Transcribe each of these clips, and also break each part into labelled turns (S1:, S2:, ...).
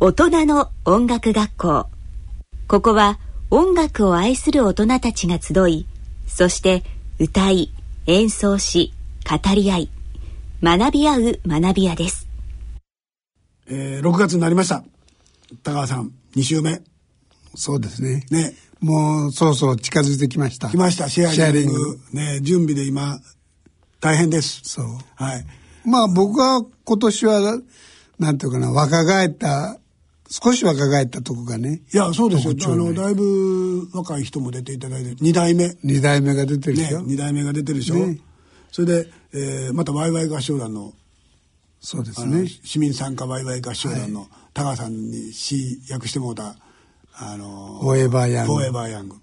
S1: 大人の音楽学校ここは音楽を愛する大人たちが集いそして歌い演奏し語り合い学び合う学び屋です
S2: えー、6月になりました高川さん2週目
S3: そうですね。
S2: ね
S3: もう、そうそう近づいてきました。
S2: 来ましたシェアリング
S3: シェアリング。
S2: ね準備で今大変です
S3: そう。
S2: はい
S3: まあ僕は今年は、なんていうかな、若返った、少し若返ったとこがね、
S2: いやそうですよ
S3: 特
S2: あ
S3: 徴ね
S2: のだいぶ若い人も出ていただいて2代目
S3: 二代目が出てるで
S2: ね
S3: しょ。
S2: 二代目が出てるでしょ、
S3: ね
S2: それで、えーまたワイワイ合唱団の
S3: そうです
S2: あの
S3: ね。
S2: 市民参加ワイワイ合唱団のタカさんに詩訳してもうた「あの
S3: フォーエバーヤング
S2: フォーエバーヤング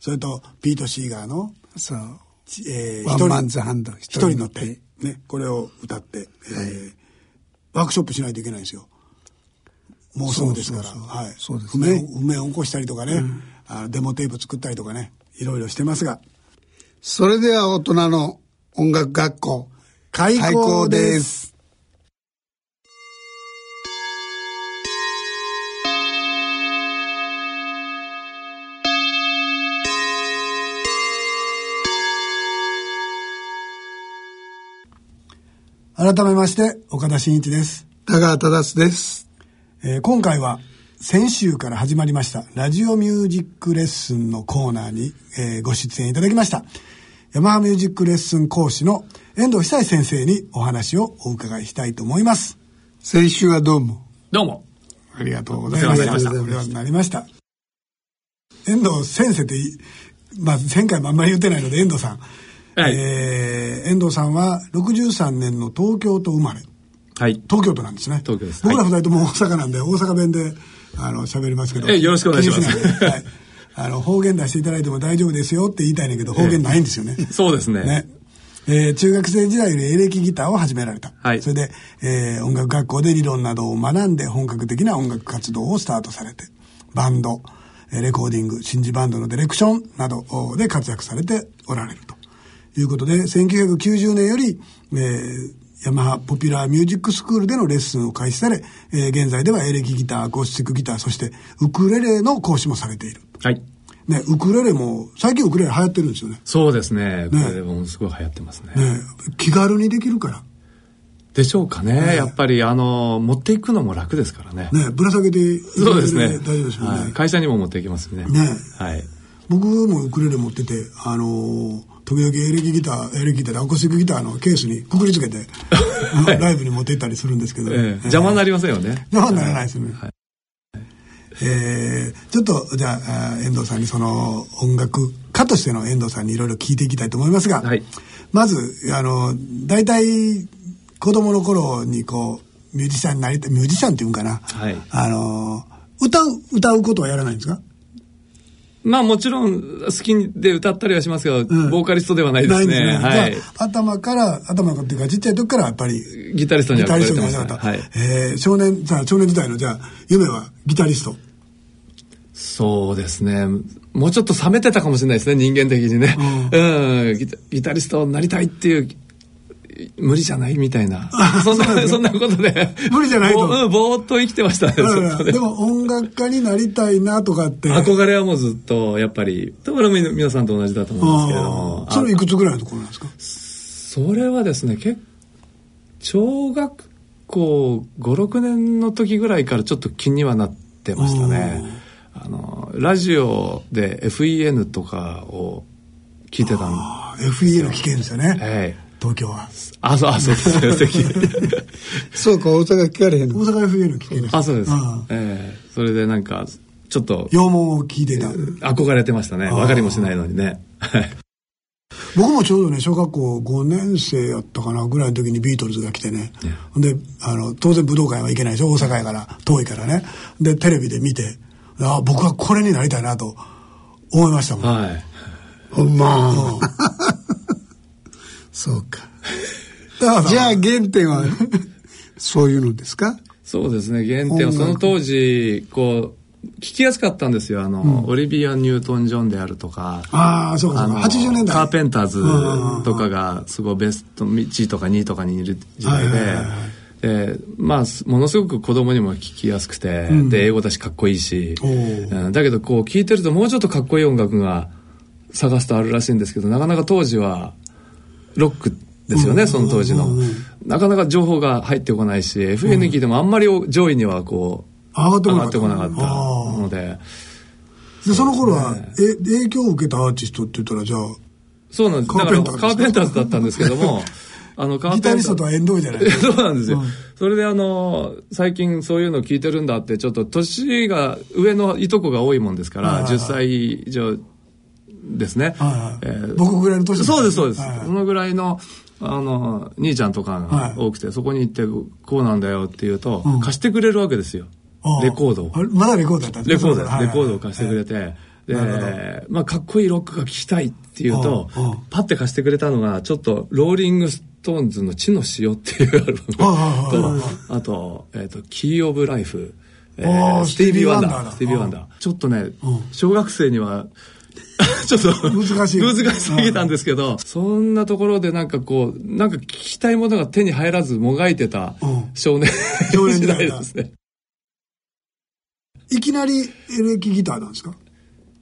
S2: それとピート・シーガーの
S3: そう。
S2: 「えー
S3: ワンマンズハンド。
S2: 一人乗って。」ね、これを歌って、えーワークショップしないといけないんですよもうすぐですから
S3: そうそうそう
S2: はい
S3: そうです
S2: 譜
S3: ね
S2: 面譜面を起こしたりとかね、あのデモテープ作ったりとかねいろいろしてますが
S3: それでは大人の音楽学校、
S2: 開
S3: 開
S2: 校
S3: 校
S2: で
S3: ですす。
S2: 改めまして岡田真一です
S3: 高川忠史です。
S2: えー今回は先週から始まりましたラジオミュージックレッスンのコーナーに、えーご出演いただきましたヤマハミュージックレッスン講師の遠藤久志先生にお話をお伺いしたいと思います
S3: 先週はどうも。
S4: どうも。
S2: ありがとうございました
S4: お
S3: 話
S4: 世
S3: になりました
S2: お世話になりました遠藤先生っていまあ、前回もあんまり言ってないので遠藤さん、
S4: はい
S2: えー遠藤さんは63年の東京都生まれ
S4: はい。
S2: 東京都なんですね。
S4: 東京です
S2: 僕ら
S4: は
S2: 二
S4: い
S2: 人とも大阪なんで、大阪弁で、あの、喋りますけど。
S4: えよろしくお願いします
S2: 気にないではい。あの、方言出していただいても大丈夫ですよって言いたいねんだけど、方言ないんですよね。
S4: そうですね。
S2: ね。えー中学生時代よりエレキギターを始められた。
S4: はい
S2: それで、えー音楽学校で理論などを学んで本格的な音楽活動をスタートされて、バンド、えーレコーディング、新次バンドのディレクションなどおで活躍されておられるということで、1990年より、えーヤマハポピュラーミュージックスクールでのレッスンを開始され、えー現在ではエレキギター、アコースティックギター、そしてウクレレの講師もされている。
S4: はい。
S2: ね、ウクレレも、最近ウクレレ流行ってるんですよね。
S4: そうですね。これものすごい流行ってますね。
S2: ね、気軽にできるか
S4: でしょうかね。やっぱり、あの、持っていくのも楽ですからね。
S2: ら、ね、ぶら下げていただ
S4: そ
S2: け
S4: う
S2: る
S4: ですね。
S2: 大丈夫ですよね、
S4: はい会社にも持っていきますね。
S2: ね
S4: はい。
S2: 僕もウクレレ持っててあのー時々エレキギターエレキギターでアコースティックギターのケースにくくりつけ て、あのライブに持って行ったりするんですけど、
S4: ええ邪魔になりませんよね。
S2: 邪魔にならないですよね、
S4: はい
S2: えーちょっとじゃああー遠藤さんにその音楽家としての遠藤さんにいろいろ聞いていきたいと思いますが、
S4: はい
S2: まずあの大体子供の頃にこうミュージシャンになりたいミュージシャンっていうんかな、
S4: はい
S2: あの歌う歌うことはやらないんですか
S4: まあもちろん、好きで歌ったりはしますけど、
S2: ん
S4: ボーカリストではないですね。
S2: ないん
S4: はい
S2: じゃ。あ頭から頭からっていうかちっちゃい時からやっぱり
S4: ギタリストに
S2: ギタ
S4: 憧
S2: リ
S4: れ
S2: スト
S4: て
S2: にな
S4: ま
S2: り
S4: した
S2: かっ
S4: ね。
S2: た、
S4: はい。
S2: えー少年じゃあ少年時代のじゃあ夢はギタリスト
S4: そうですね。もうちょっと冷めてたかもしれないですね、人間的にね。うん、ギタギタリストになりたいっていう、無理じゃないみたいな。そんな、そんなことで。
S2: 無理じゃないと
S4: ぼうんぼーっと生きてましたね、ずっ
S2: だから
S4: とね
S2: でも音楽家になりたいなとかって
S4: 憧れはもうずっと、やっぱり、多分み皆さんと同じだと思うんですけれども
S2: あ。ーそれ
S4: あ
S2: いくつぐらいのところなんですか
S4: それはですね、結小学校5、6年の時ぐらいからちょっと気にはなってましたね。あの、ラジオで FEN とかを聞いてたん
S2: あー FEL 危険ですよね
S4: はい。
S2: 東京は
S4: あ、そう、あ、そ うですね、席。
S3: そうか、大阪聞かれへん
S2: 大
S3: の。
S2: 阪 FEL 危険です
S4: あ、そうです
S2: ん。
S4: ええそれでなんか、ちょっと、
S2: 羊毛を聞いていた
S4: 憧れてましたね。わかりもしないのにね。 はい
S2: 僕もちょうどね小学校5年生やったかなぐらいの時にビートルズが来てねほんであの当然武道館は行けないでしょ大阪やから遠いからねでテレビで見てあ僕はこれになりたいなと思いましたもん、
S4: はい。
S3: ほんま。
S2: うん
S3: そうか。
S2: だから
S3: じゃあ原点は、そういうのですか
S4: そうですね、原点はその当時、こう、聞きやすかったんですよ。あの、オリビア・ニュートン・ジョンであるとか。
S2: ああそうかそうか
S4: の
S2: 80年代
S4: カーペンターズとかがすごいベスト1とか2とかにいる時代
S2: は
S4: で、
S2: いはいはいはい
S4: でまあ、すものすごく子供にも聞きやすくて、で英語だしかっこいいし、
S2: おー
S4: うんだけどこう聞いてるともうちょっとかっこいい音楽が探すとあるらしいんですけどなかなか当時はロックですよね、その当時の、なかなか情報が入ってこないし FN 聞いてもあんまり上位にはこう
S2: 上がってこ
S4: 上
S2: な
S4: が
S2: か
S4: っ
S2: ってた
S4: こなかった
S2: あー
S4: ので
S2: でその頃は、え影響を受けたアーティストって言ったらじゃあ
S4: そうなんですだから
S2: カーペンターズ
S4: カーペンターズだったんですけ どもあのカーペ
S2: ギ
S4: ンタ
S2: タ
S4: ー
S2: リストとは縁遠いじゃない
S4: そうなんですよ。それであの、最近そういうの聞いてるんだって、ちょっと年が上のいとこが多いもんですか
S2: はい
S4: ら、
S2: はいはい
S4: 10歳以上ですね。
S2: はいはい
S4: えー
S2: 僕ぐらいの年ですね
S4: そうです、そうです。
S2: はいはい
S4: そのぐらいの、あの、兄ちゃんとか
S2: はい
S4: が多くて、そこに行って、こうなんだよって言うと、
S2: うん
S4: 貸してくれるわけですよ
S2: あ。
S4: レコードを
S2: あ。れまだレコードだったん
S4: レ
S2: ね
S4: コード、
S2: はいはい
S4: レコードを貸してくれて、
S2: なるほ
S4: で、まあ、かっこいいロックが聞きたいっていうと
S2: うんうん、
S4: パッて貸してくれたのが、ちょっと、ローリングストーンズの地の塩っていうアル
S2: うんうんうんうん
S4: バムと、あと、えっと、キー・オブ・ライフ、え
S2: あ
S4: ー
S2: ー
S4: スティービー・ワン
S2: スティービーワンダー
S4: ダ
S2: だ
S4: ー、スティービー・ワンダー。ちょっとね、小学生には、 ちょっと
S2: 難しい
S4: 難しすぎたんですけど、そんなところでなんかこう、なんか聞きたいものが手に入らずもがいてた
S2: うん
S4: 少年
S2: 少年時
S4: 時
S2: 代だ
S4: 代ですね。
S2: いきなりエレキギターなんですか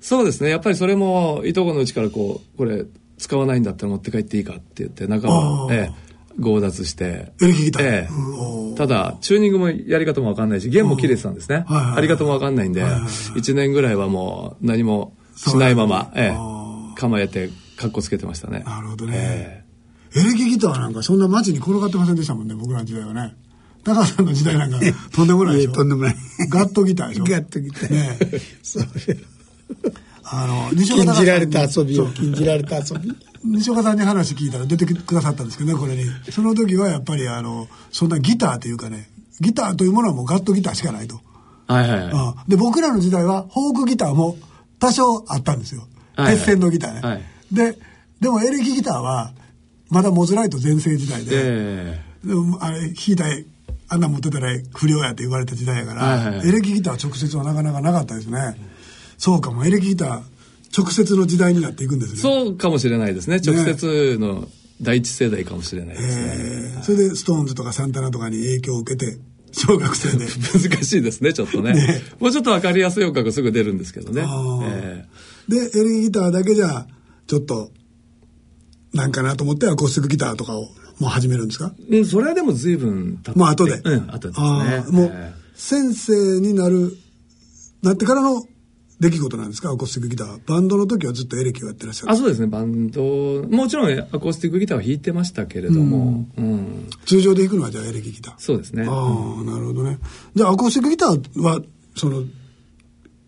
S4: そうですね。やっぱりそれも、いとこのうちからこう、これ、使わないんだったら持って帰っていいかって言って、仲間
S2: あ、ー
S4: ええ、強奪して。
S2: エレキギター、
S4: ええ
S2: うんおー
S4: ただ、チューニングもやり方もわかんないし、弦も切れてたんですね。
S2: うんはいはいはい
S4: あり方もわかんないんで、
S2: はいはいはい
S4: 1年ぐらいはもう何もしないまま、ええ
S2: あ、
S4: 構えて、格好つけてましたね。
S2: なるほど
S4: え
S2: ね
S4: え、
S2: エレキギターなんかそんな街に転がってませんでしたもんね僕らの時代はね高橋さんの時代なんかとんでもないで
S3: え
S2: し
S3: え
S2: ょ
S3: とんでもない。
S2: ガットギターでしょ
S3: ガッとギター
S2: ね え
S3: それ
S2: あの西岡
S3: 禁
S2: さん
S3: じられた遊びを、禁じられた遊び。
S2: 西岡さんに話聞いたら出てくださったんですけどねこれにその時はやっぱりあのそんなギターというかねギターというものはもうガットギターしかないと、
S4: はいはいは
S2: うんで僕らの時代はフォークギターも多少あったんですよ、
S4: はいはい
S2: 鉄線のギターね、
S4: はい
S2: ででもエレキギターはまだモズライト全盛時代
S4: い。
S2: で、
S4: で、
S2: でもあれ弾いたらあんなん持ってたら不良やって言われた時代やから、
S4: はいはい
S2: エレキギターは直接はなかなかなかったですね、そうかもエレキギター直接の時代になっていくんですね
S4: そうかもしれないですね。直接の第一世代かもしれないですね。
S2: えーそれでストーンズとかサンタナとかに影響を受けて 小学生で
S4: 難しいですね、ちょっとね。
S2: ね
S4: もうちょっと分かりやすい音楽すぐ出るんですけどね。
S2: あー
S4: え
S2: でエレキギターだけじゃちょっとなんかなと思ってアコースティックギターとかをもう始めるんですか
S4: えうん、それはでも随分経って
S2: もう後で、
S4: うん、後です
S2: あ
S4: ね
S2: ー。もう
S4: え
S2: 先生になるなってからの出来事なんですかアコースティックギターバンドの時はずっとエレキをやってらっしゃ
S4: えあ、
S2: る
S4: そうですね、バンド、もちろんアコースティックギターは弾いてましたけれども、うん、
S2: 通常で弾くのはじゃあエレキギター
S4: そうですね。
S2: ああなるほどねじゃあアコースティックギターはその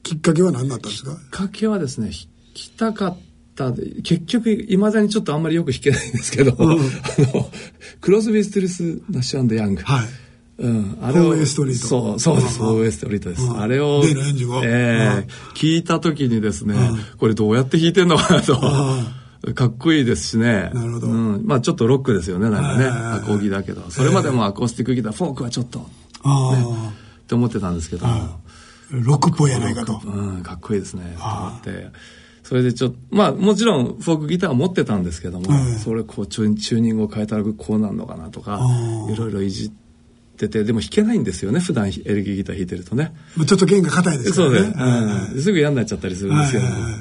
S2: きっかけは何だったんですか
S4: きっかけはですね、弾きたかったで、結局、いまだにちょっとあんまりよく弾けないんですけど、あの、クロスビー・ステルス・ナッシュヤング。
S2: はい
S4: うん、あれを。
S2: フォーウェイストリート
S4: そう、そうです。
S2: うん
S4: フォーウェイストリートです。
S2: うん
S4: あれを。
S2: 例の45
S4: ええ聞いた時にですね、これどうやって弾いてんのかなと。かっこいいですしね。
S2: なるほど
S4: うん。まあちょっとロックですよね、なんかね。
S2: はいはいはい
S4: アコギだけど。それまでもアコースティックギター、フォークはちょっと、っ
S2: ああ、
S4: て思ってたんですけど。
S2: ロックっぽいやないかと。
S4: うん、かっこいいですね、と思って。それでちょっと、まあもちろんフォークギターは持ってたんですけども、
S2: うん
S4: それこうチューチューニングを変えたらこうなんのかなとか
S2: あ、ー
S4: いろいろいじってて、でも弾けないんですよね、普段エレキギター弾いてるとね。
S2: まあちょっと弦が硬いですか
S4: そ
S2: ら
S4: う
S2: ね。
S4: で、
S2: はい
S4: うん、すぐ嫌になっちゃったりするんですけども。
S2: はいはい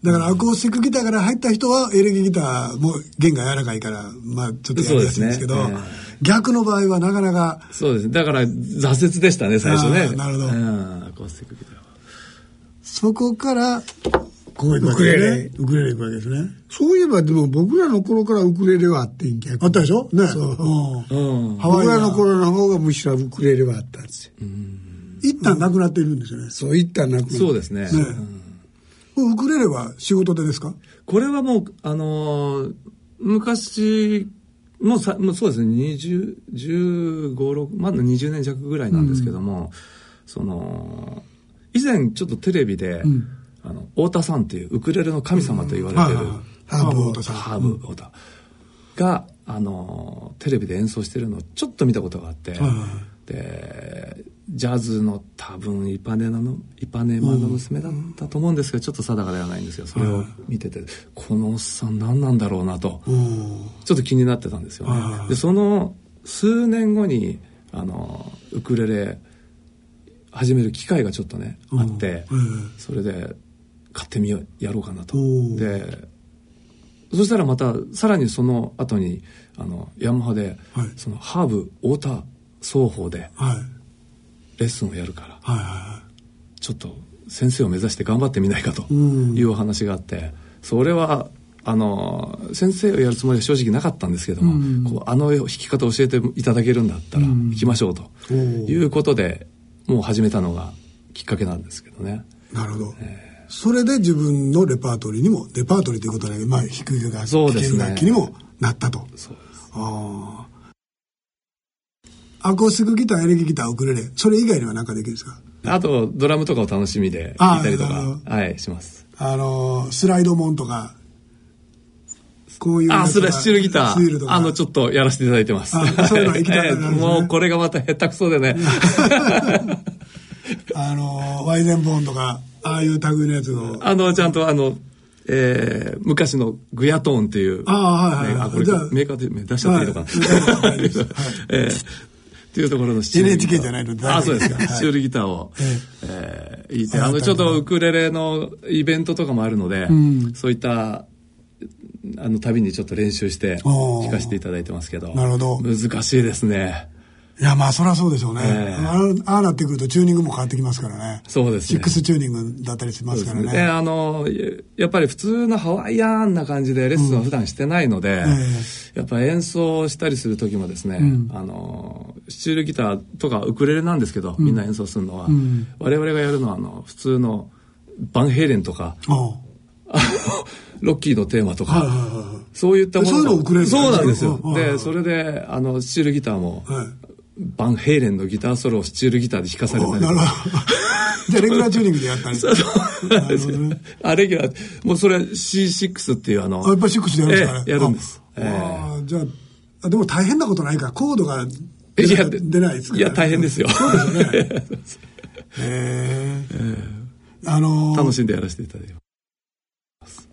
S2: だからアコースティックギターから入った人はエレキギターも弦が柔らかいから、まあちょっとやりやすいんですけど、
S4: そうですね
S2: 逆の場合はなかなか、
S4: そうですね。だから挫折でしたね、最初
S2: あ
S4: ね。
S2: ーなるほど
S4: うん、アコースティックギターは。
S2: そこから、こういく
S3: ウクレレ。
S2: ウクレレ行くわけですね。
S3: そういえばでも僕らの頃からウクレレはあってん逆
S2: あったでしょね。
S3: そう
S2: うん
S4: うん。
S2: ハワイ
S3: 僕
S2: ア
S3: ら
S2: ン
S3: の頃の方がむしろウクレレはあったんですよ。
S2: 一旦なくなっているんですよね。
S3: そういったなく
S4: そうですね。
S2: ね
S4: うん
S2: ウクレレは仕事でですか
S4: これはもう、あのー昔、もうさ、もうそうですね、20、15、6、まだ20年弱ぐらいなんですけども、その、以前ちょっとテレビで、あの、太田さんっていうウクレレの神様と言われてる、
S2: ハーブ太田さん。
S4: ハーブ太田が、あのーテレビで演奏してるのをちょっと見たことがあって、で、ジャズの多分イパネナの、イパネマの娘だったと思うんですけど、ちょっと定かではないんですけど、それを見てて、このおっさん何なんだろうなと、
S2: うん
S4: ちょっと気になってたんですよね。で、その数年後に、あのウクレレ始める機会がちょっとね、あって、それで買ってみようやろうかなと
S2: お
S4: でそしたらまたさらにその後にあのヤマハで、
S2: はい
S4: そのハーブ太田奏法で
S2: はい。
S4: レッスンをやるから
S2: はいはいは
S4: ちょっと先生を目指して頑張ってみないかと
S2: うん
S4: いうお話があって、それはあの先生をやるつもりは正直なかったんですけども、こうあの弾き方を教えていただけるんだったら弾きましょうと
S2: おー
S4: いうことで、もう始めたのがきっかけなんですけどね。
S2: い。なるほど。それで自分のレパートリーにも、レパートリーということはね、まあ、低い楽器、
S4: そうです
S2: 危険楽
S4: ね
S2: 器にもなったと。
S4: そうです
S2: ああ。アコースティックギター、エレキギター、ウクレレ、それ以外には何かできるんですか
S4: あとドラムとかを楽しみで弾いたりとか、はい、します。
S2: あのー、スライドモンとか、こういうやつとか。
S4: あ、それはスチールギタ
S2: スチールと
S4: ー。
S2: か。
S4: あの、ちょっとやらせていただいてます。
S2: あそういうの行きたいな
S4: ええ もうこれがまた下手くそ でね。
S2: あのー、ワイゼンボーンとか、ああいう類のやつの。
S4: あの、ちゃんとあの、えー昔のグヤトーンっていう。
S2: あーはいはいはい
S4: ねこれ
S2: じゃあ
S4: メーカーで出しちゃっていいのかな。
S2: はい
S4: えーっていうところのスチールギター
S2: NHK じゃないの
S4: あ、そうですか。
S2: はい
S4: スチールギターを、えー弾いて、あ
S2: あな
S4: の、
S2: た
S4: ちょっとウクレレのイベントとかもあるので、そういった、あの、旅にちょっと練習して、
S2: おー
S4: 弾かせていただいてますけど。
S2: なるほど
S4: 難しいですね。
S2: いや、まあ、そりゃそうでしょうね。
S4: ええ
S2: あああなってくるとチューニングも変わってきますからね。
S4: そうですね
S2: シックスチューニングだったりしま
S4: そう
S2: す
S4: で
S2: か
S4: す
S2: ら
S4: ね。
S2: ね。
S4: であの、ややっぱり普通のハワイアンな感じでレッスンは普段してないので、やっぱ演奏したりする時もですね、あの、スチールギターとかウクレレなんですけど、みんな演奏するのは、我々がやるのは、あの、普通のバンヘイレンと か、
S2: おう
S4: あのロッキーのテーマと
S2: はいはい
S4: か、
S2: はいはい。
S4: そういったもの
S2: そういうのをウクレレで
S4: そうなんですよ
S2: うん。
S4: で、それで、あの、スチールギターも、
S2: はい
S4: バンヘイレンのギターソロをスチールギターで弾かされ
S2: お
S4: た
S2: う
S4: り
S2: な
S4: と
S2: る
S4: か、
S2: ほど。じゃあ、レギュラーチューニングでやったり。
S4: そうなんです
S2: なるほ
S4: よ
S2: どね
S4: あレギュラー、もうそれ C6 っていうあの、
S2: あやっぱりシックスでやるんですかね
S4: ええやるんです。
S2: あ
S4: ええ
S2: あーじゃああ、でも大変なことないか。コードが
S4: え
S2: 出
S4: いや
S2: な出ないですから、
S4: いや大変ですよ
S2: そうですよね。へえ。あのー
S4: 楽しんでやらせていただいてます。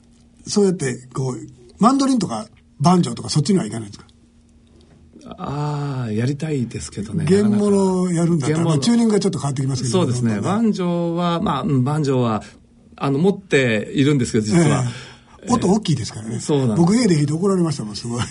S2: そうやって、こう、マンドリンとか、バンジョーとか、そっちにはいかないんですか
S4: ああ、やりたいですけどね。
S2: 弦
S4: なかなか
S2: 物をやるんだったら、
S4: 弦
S2: まあ
S4: 物
S2: チューニングがちょっと変わってきますけど
S4: そうですね。バンジョーは、まあ、うんバンジョーは、あの、持っているんですけど、実は。
S2: ええ音大きいですからね。
S4: そうなんです
S2: 僕家で弾いて怒られましたもん、すごい。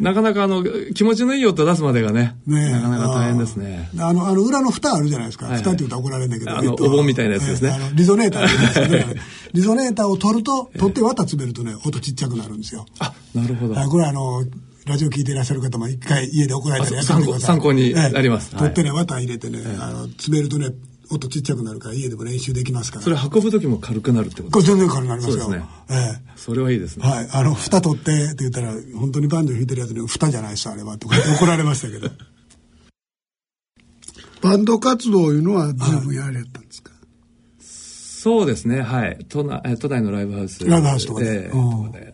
S4: なかなかあの、気持ちのいい音出すまでがね、
S2: ねえ
S4: なかなか大変ですね。
S2: あの、あの、裏の蓋あるじゃないですか。
S4: いはい
S2: 蓋って言うと怒られるんだけど。
S4: あのお盆みたいなやつですね
S2: ええあのリゾネーターって言うんですけど ねリゾネーターを取ると、取って綿詰めるとね、音ちっちゃくなるんですよ。
S4: あ、なるほど。
S2: あこれはあの、ラジオ聞いていらっしゃる方も一回家で怒られたり
S4: あ
S2: やっ
S4: そ
S2: てみてください。
S4: 参考参考になります
S2: ええ取ってね、綿入れてね、あの、詰めるとね、音ちっちゃくなるから家でも練習できますから。
S4: それ運ぶ時も軽くなるってこ
S2: ことれ全然軽くなりますよ。
S4: そうですね
S2: ええ
S4: それはいいですね。
S2: はい。あの、蓋取ってって言ったら、本当にバンジョー弾いてるやつに、蓋じゃないっす、あれは。とかって怒られましたけど。
S3: バンド活動いうのは随分やられたんですか、
S4: そうですね、はい。都内え都内のライブハウス。
S2: ライブハウスとかで
S4: ええ
S2: うん
S4: とかでや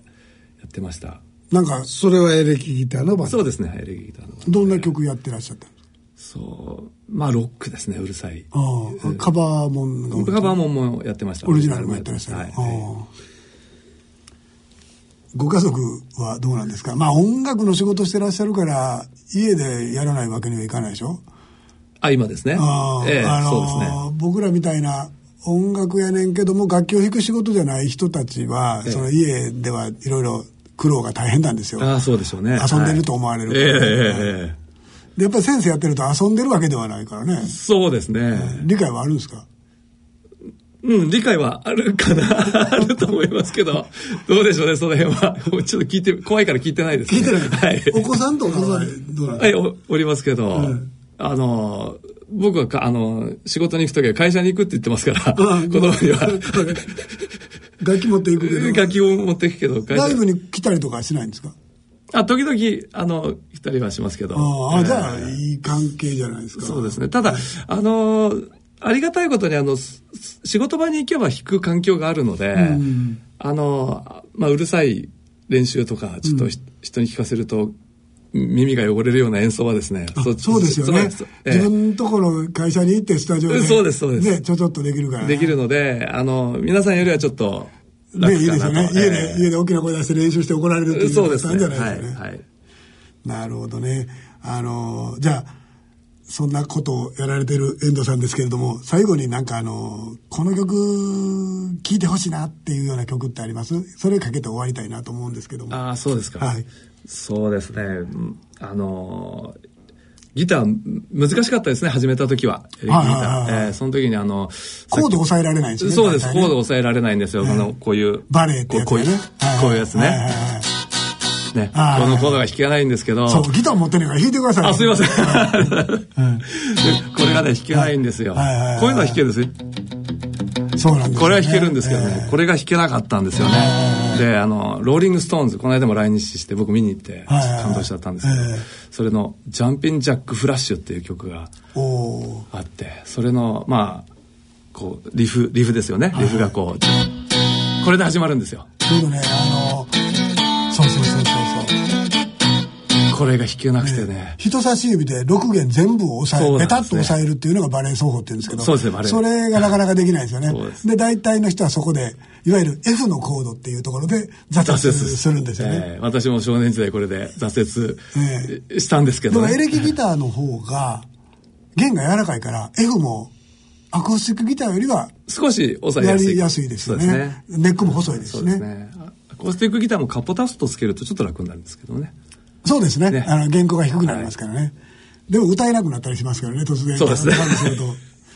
S4: ってました。
S2: なんか、
S3: それはエレキギターのバンド
S4: そうですね、はいエレキギターの。
S2: どんな曲やってらっしゃったんですか
S4: そう。まあ、ロックですね、うるさい。
S2: ああカバーもんが多い
S4: カバーもんもやってました。
S2: オリジナルもやってらっしゃる。
S4: はい。
S2: ああご家族はどうなんですかまあ音楽の仕事してらっしゃるから、家でやらないわけにはいかないでしょ
S4: あ、今ですね。
S2: ああ
S4: ええ
S2: あの
S4: そうですね。
S2: 僕らみたいな音楽やねんけども楽器を弾く仕事じゃない人たちは、
S4: ええ
S2: その家ではいろいろ苦労が大変なんですよ。
S4: ああ、そうでしょうね。
S2: 遊んでると思われるからね
S4: はいええええええ
S2: でやっぱり先生やってると遊んでるわけではないからね。
S4: そうですね。
S2: 理解はあるんですか
S4: うん、理解はあるかな、あ ると思いますけど、どうでしょうね、その辺は。もうちょっと聞いて、怖いから聞いてないです、ね。聞いてないはい。
S2: お子さんとかはどうなんですか
S4: はい、おおりますけど、あの、僕はか、あの、仕事に行くときは会社に行くって言ってますから、
S2: うん
S4: 子供には。
S2: 楽器持っていくけど。
S4: 楽器を持ってくけど、会社
S2: ライブに来たりとかはしないんですか
S4: あ、時々、あの、来たりはしますけど。
S2: ああ、じゃあ、
S4: えー
S2: いい関係じゃないですか。
S4: そうですね。ただ、あのーありがたいことに、あの、すす仕事場に行けば弾く環境があるので、あのーまあ、うるさい練習とか、ちょっとひ、人に聞かせると、耳が汚れるような演奏はですね、
S2: あそうですよね。自
S4: そええ
S2: 分のところ会社に行ってスタジオで。
S4: うんそうですそうです
S2: ね、ちょちょっとできるからね。
S4: できるので、あの、皆さんよりはちょっと
S2: ね、
S4: 楽
S2: いい
S4: か
S2: で
S4: な
S2: す
S4: と、
S2: よね。家で、
S4: え
S2: 家で大きな声出して練習して怒られるって
S4: え
S2: いう
S4: そ
S2: の
S4: う
S2: が
S4: で
S2: あった
S4: す
S2: んじゃ
S4: ね。
S2: ない
S4: は
S2: ですかね。
S4: い。はい。
S2: なるほどね。あの、じゃあ、そんなことをやられてる遠藤さんですけれども、最後になんかあの、この曲、聴いてほしいなっていうような曲ってありますそれかけて終わりたいなと思うんですけども。
S4: ああ、そうですか。
S2: はい
S4: そうですね。うんあのー、ギター、難しかったですね、始めた時は。エレキ
S2: は
S4: ギタ
S2: いはいはいはい
S4: ー。えーその時にあの、さっ
S2: コード
S4: き
S2: 抑えられないんですね。
S4: そうです、
S2: 大体
S4: コー
S2: ね
S4: ド抑えられないんですよ、この、こういう。
S2: バレエってやつ
S4: こうこう
S2: だ
S4: い
S2: ね
S4: う、こういうやつ
S2: はは
S4: ね。
S2: はいはい
S4: ね。こ
S2: あー
S4: のコードが弾けないんですけど。
S2: そう、ギター持ってないから弾いてください。
S4: あ、すいません。で これがね、弾けないんですよ。こ
S2: はいはいはいはいう
S4: いうのは弾けるんですよ。
S2: ん。そうなんですよね、
S4: これは弾けるんですけどね、これが弾けなかったんですよね。で、あの、ローリングストーンズ、この間も来日して僕見に行って
S2: はいはいはい
S4: 感動しちゃったんですけど
S2: ええ、
S4: それのジャンピンジャックフラッシュっていう曲が
S2: えー。おー
S4: あって、それの、まあ、こう、リフ、リフですよね。リフがこう、これで始まるんですよ。
S2: ちょうどね、あの、そうそうそうそうそう。
S4: これが弾けなくてね。
S2: 人差し指で6弦全部を押さ
S4: そ
S2: え、
S4: うな
S2: ペ
S4: んですね
S2: タッと押さえるっていうのがバレエ奏法って言うんですけど、
S4: そうですねバレエ
S2: それがなかなかできないんですよね。
S4: そうです
S2: で、大体の人はそこで、いわゆる F のコードっていうところで挫折するんですよね。
S4: ええ私も少年時代これで挫折したんですけ
S2: で
S4: ど
S2: も
S4: ね。
S2: エレキギターの方が、弦が柔らかいから、F もアコースティックギターよりは
S4: 少し抑え
S2: や
S4: やすい。
S2: りやすいですよ
S4: そうですね
S2: ね。。ネックも細いです
S4: そ
S2: し
S4: うで
S2: ね
S4: す。ね。アコースティックギターもカポタストつけるとちょっと楽になるんですけどね。
S2: そうですね。
S4: ね
S2: あの、原稿が低くなりますからね。でも歌えなくなったりしますからね、突然。
S4: そうですね
S2: あのする と。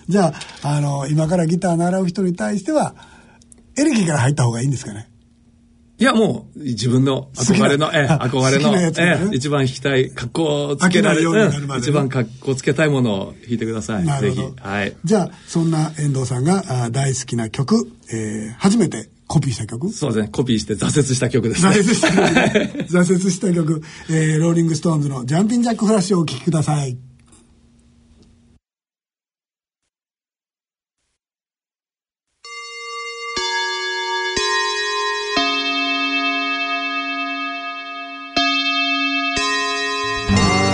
S2: じゃあ、あの、今からギター習う人に対しては、エレキから入った方がいいんですかね。
S4: いや、もう、自分の憧れの、
S2: 好きな
S4: ええ、憧れ
S2: 好き
S4: の、
S2: なやつね
S4: ええ、一番弾きたい、格好をつけら
S2: 飽
S4: れ
S2: きないようになるまでね
S4: うん一番格好つけたいものを弾いてください。
S2: なる
S4: ぜ
S2: ほ
S4: ひ
S2: ど。。
S4: はい。
S2: じゃあ、そんな遠藤さんがあ大好きな曲、えー初めてコピーした曲
S4: そうですね。コピーして挫折した曲です
S2: 挫
S4: ね。
S2: 折した曲、 挫折した曲、えーローリングストーンズのジャンピンジャックフラッシュをお聴きください。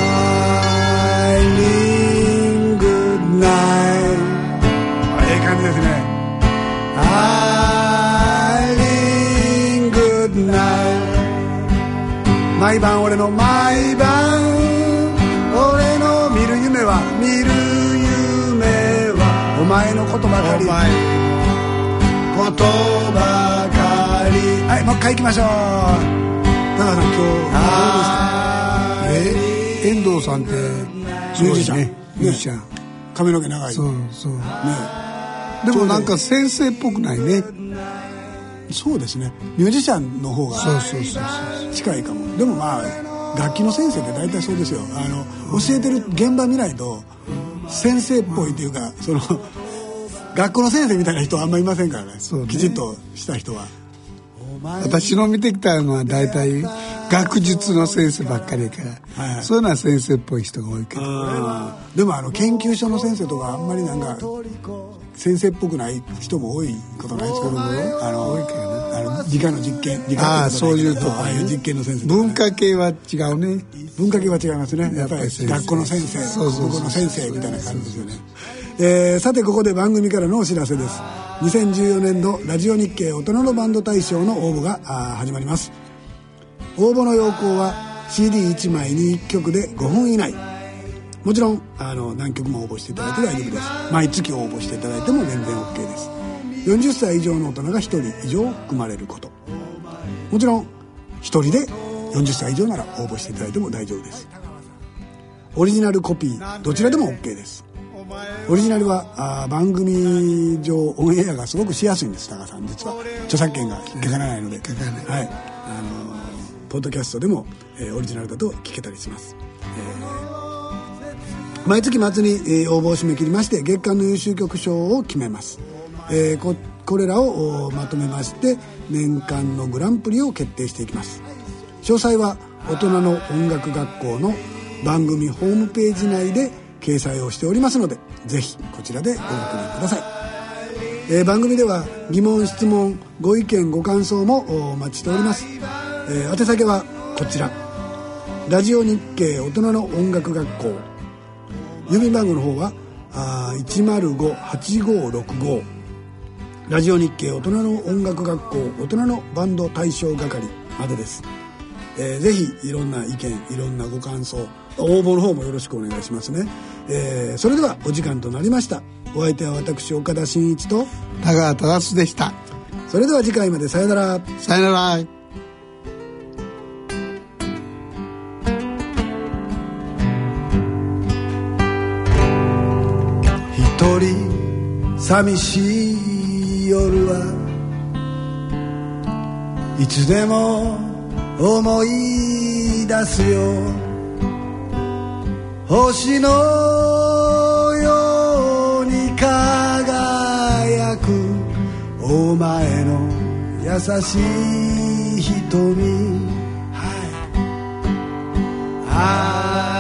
S3: I mean good night.
S2: ええ感じですね。
S3: Eileen, good night 毎晩俺の毎晩俺の見る夢は見る夢はお前のことばかりことばかり
S2: はい、もう一回行きましょう。高橋さん、今日、どうでしたえ
S3: え遠藤さんって
S2: ミュージシャン
S3: ミュージシャン
S2: 髪の毛長い。
S3: そう
S2: ね。
S3: そうでもなんか先生っぽくないね
S2: そうですね。ミュージシャンの方が
S3: そうそうそうそう
S2: 近いかも。でもまあ、楽器の先生って大体そうですよ。あの、教えてる現場見ないと、先生っぽいというか、その、学校の先生みたいな人はあんまいませんからね。
S3: そうね
S2: きちっとした人は。
S3: 私の見てきたのは大体学術の先生ばっかりやから、
S2: はい
S3: そういうのは先生っぽい人が多いけど
S2: でもあの研究所の先生とかあんまりなんか先生っぽくない人も多いことないですけどもあのあの理科の実験理科
S3: ああ
S2: ってこと
S3: そ
S2: な
S3: う
S2: いけど
S3: うとこ
S2: ああいう実験の先生とかね
S3: 文化系は違うね
S2: 文化系は違いますねやっぱり
S3: やっぱり先生
S2: 学校の先生
S3: そうそうそう
S2: 国語の先生みたいな感じですよねえーさてここで番組からのお知らせです2014年度ラジオ日経大人のバンド大賞の応募があー始まります応募の要項は CD1 枚に1曲で5分以内もちろんあの何曲も応募していただいて大丈夫です毎月応募していただいても全然 OK です40歳以上の大人が1人以上含まれることもちろん一人で40歳以上なら応募していただいても大丈夫ですオリジナルコピーどちらでも OK ですオリジナルはあー番組上オンエアがすごくしやすいんです高さん実は著作権が引っかからないので
S3: かからない
S2: はいあのーポッドキャストでも、えーオリジナルだと聞けたりします、えー毎月末に、えー応募を締め切りまして月間の優秀曲賞を決めます、えーここれらをおまとめまして年間のグランプリを決定していきます詳細は大人の音楽学校の番組ホームページ内で掲載をしておりますのでぜひこちらでご確認ください、えー番組では疑問質問ご意見ご感想もおお待ちしております、えー宛先はこちらラジオ日経大人の音楽学校郵便番号の方はあー1058565ラジオ日経大人の音楽学校大人のバンド大賞係までですえーぜひいろんな意見いろんなご感想応募の方もよろしくお願いしますね、えーそれではお時間となりましたお相手は私岡田真一と
S3: 田川忠志でした
S2: それでは次回までさよなら
S3: さよなら
S2: 一人寂しい夜はいつでも思い出すよ星のように輝くお前の優しい瞳はい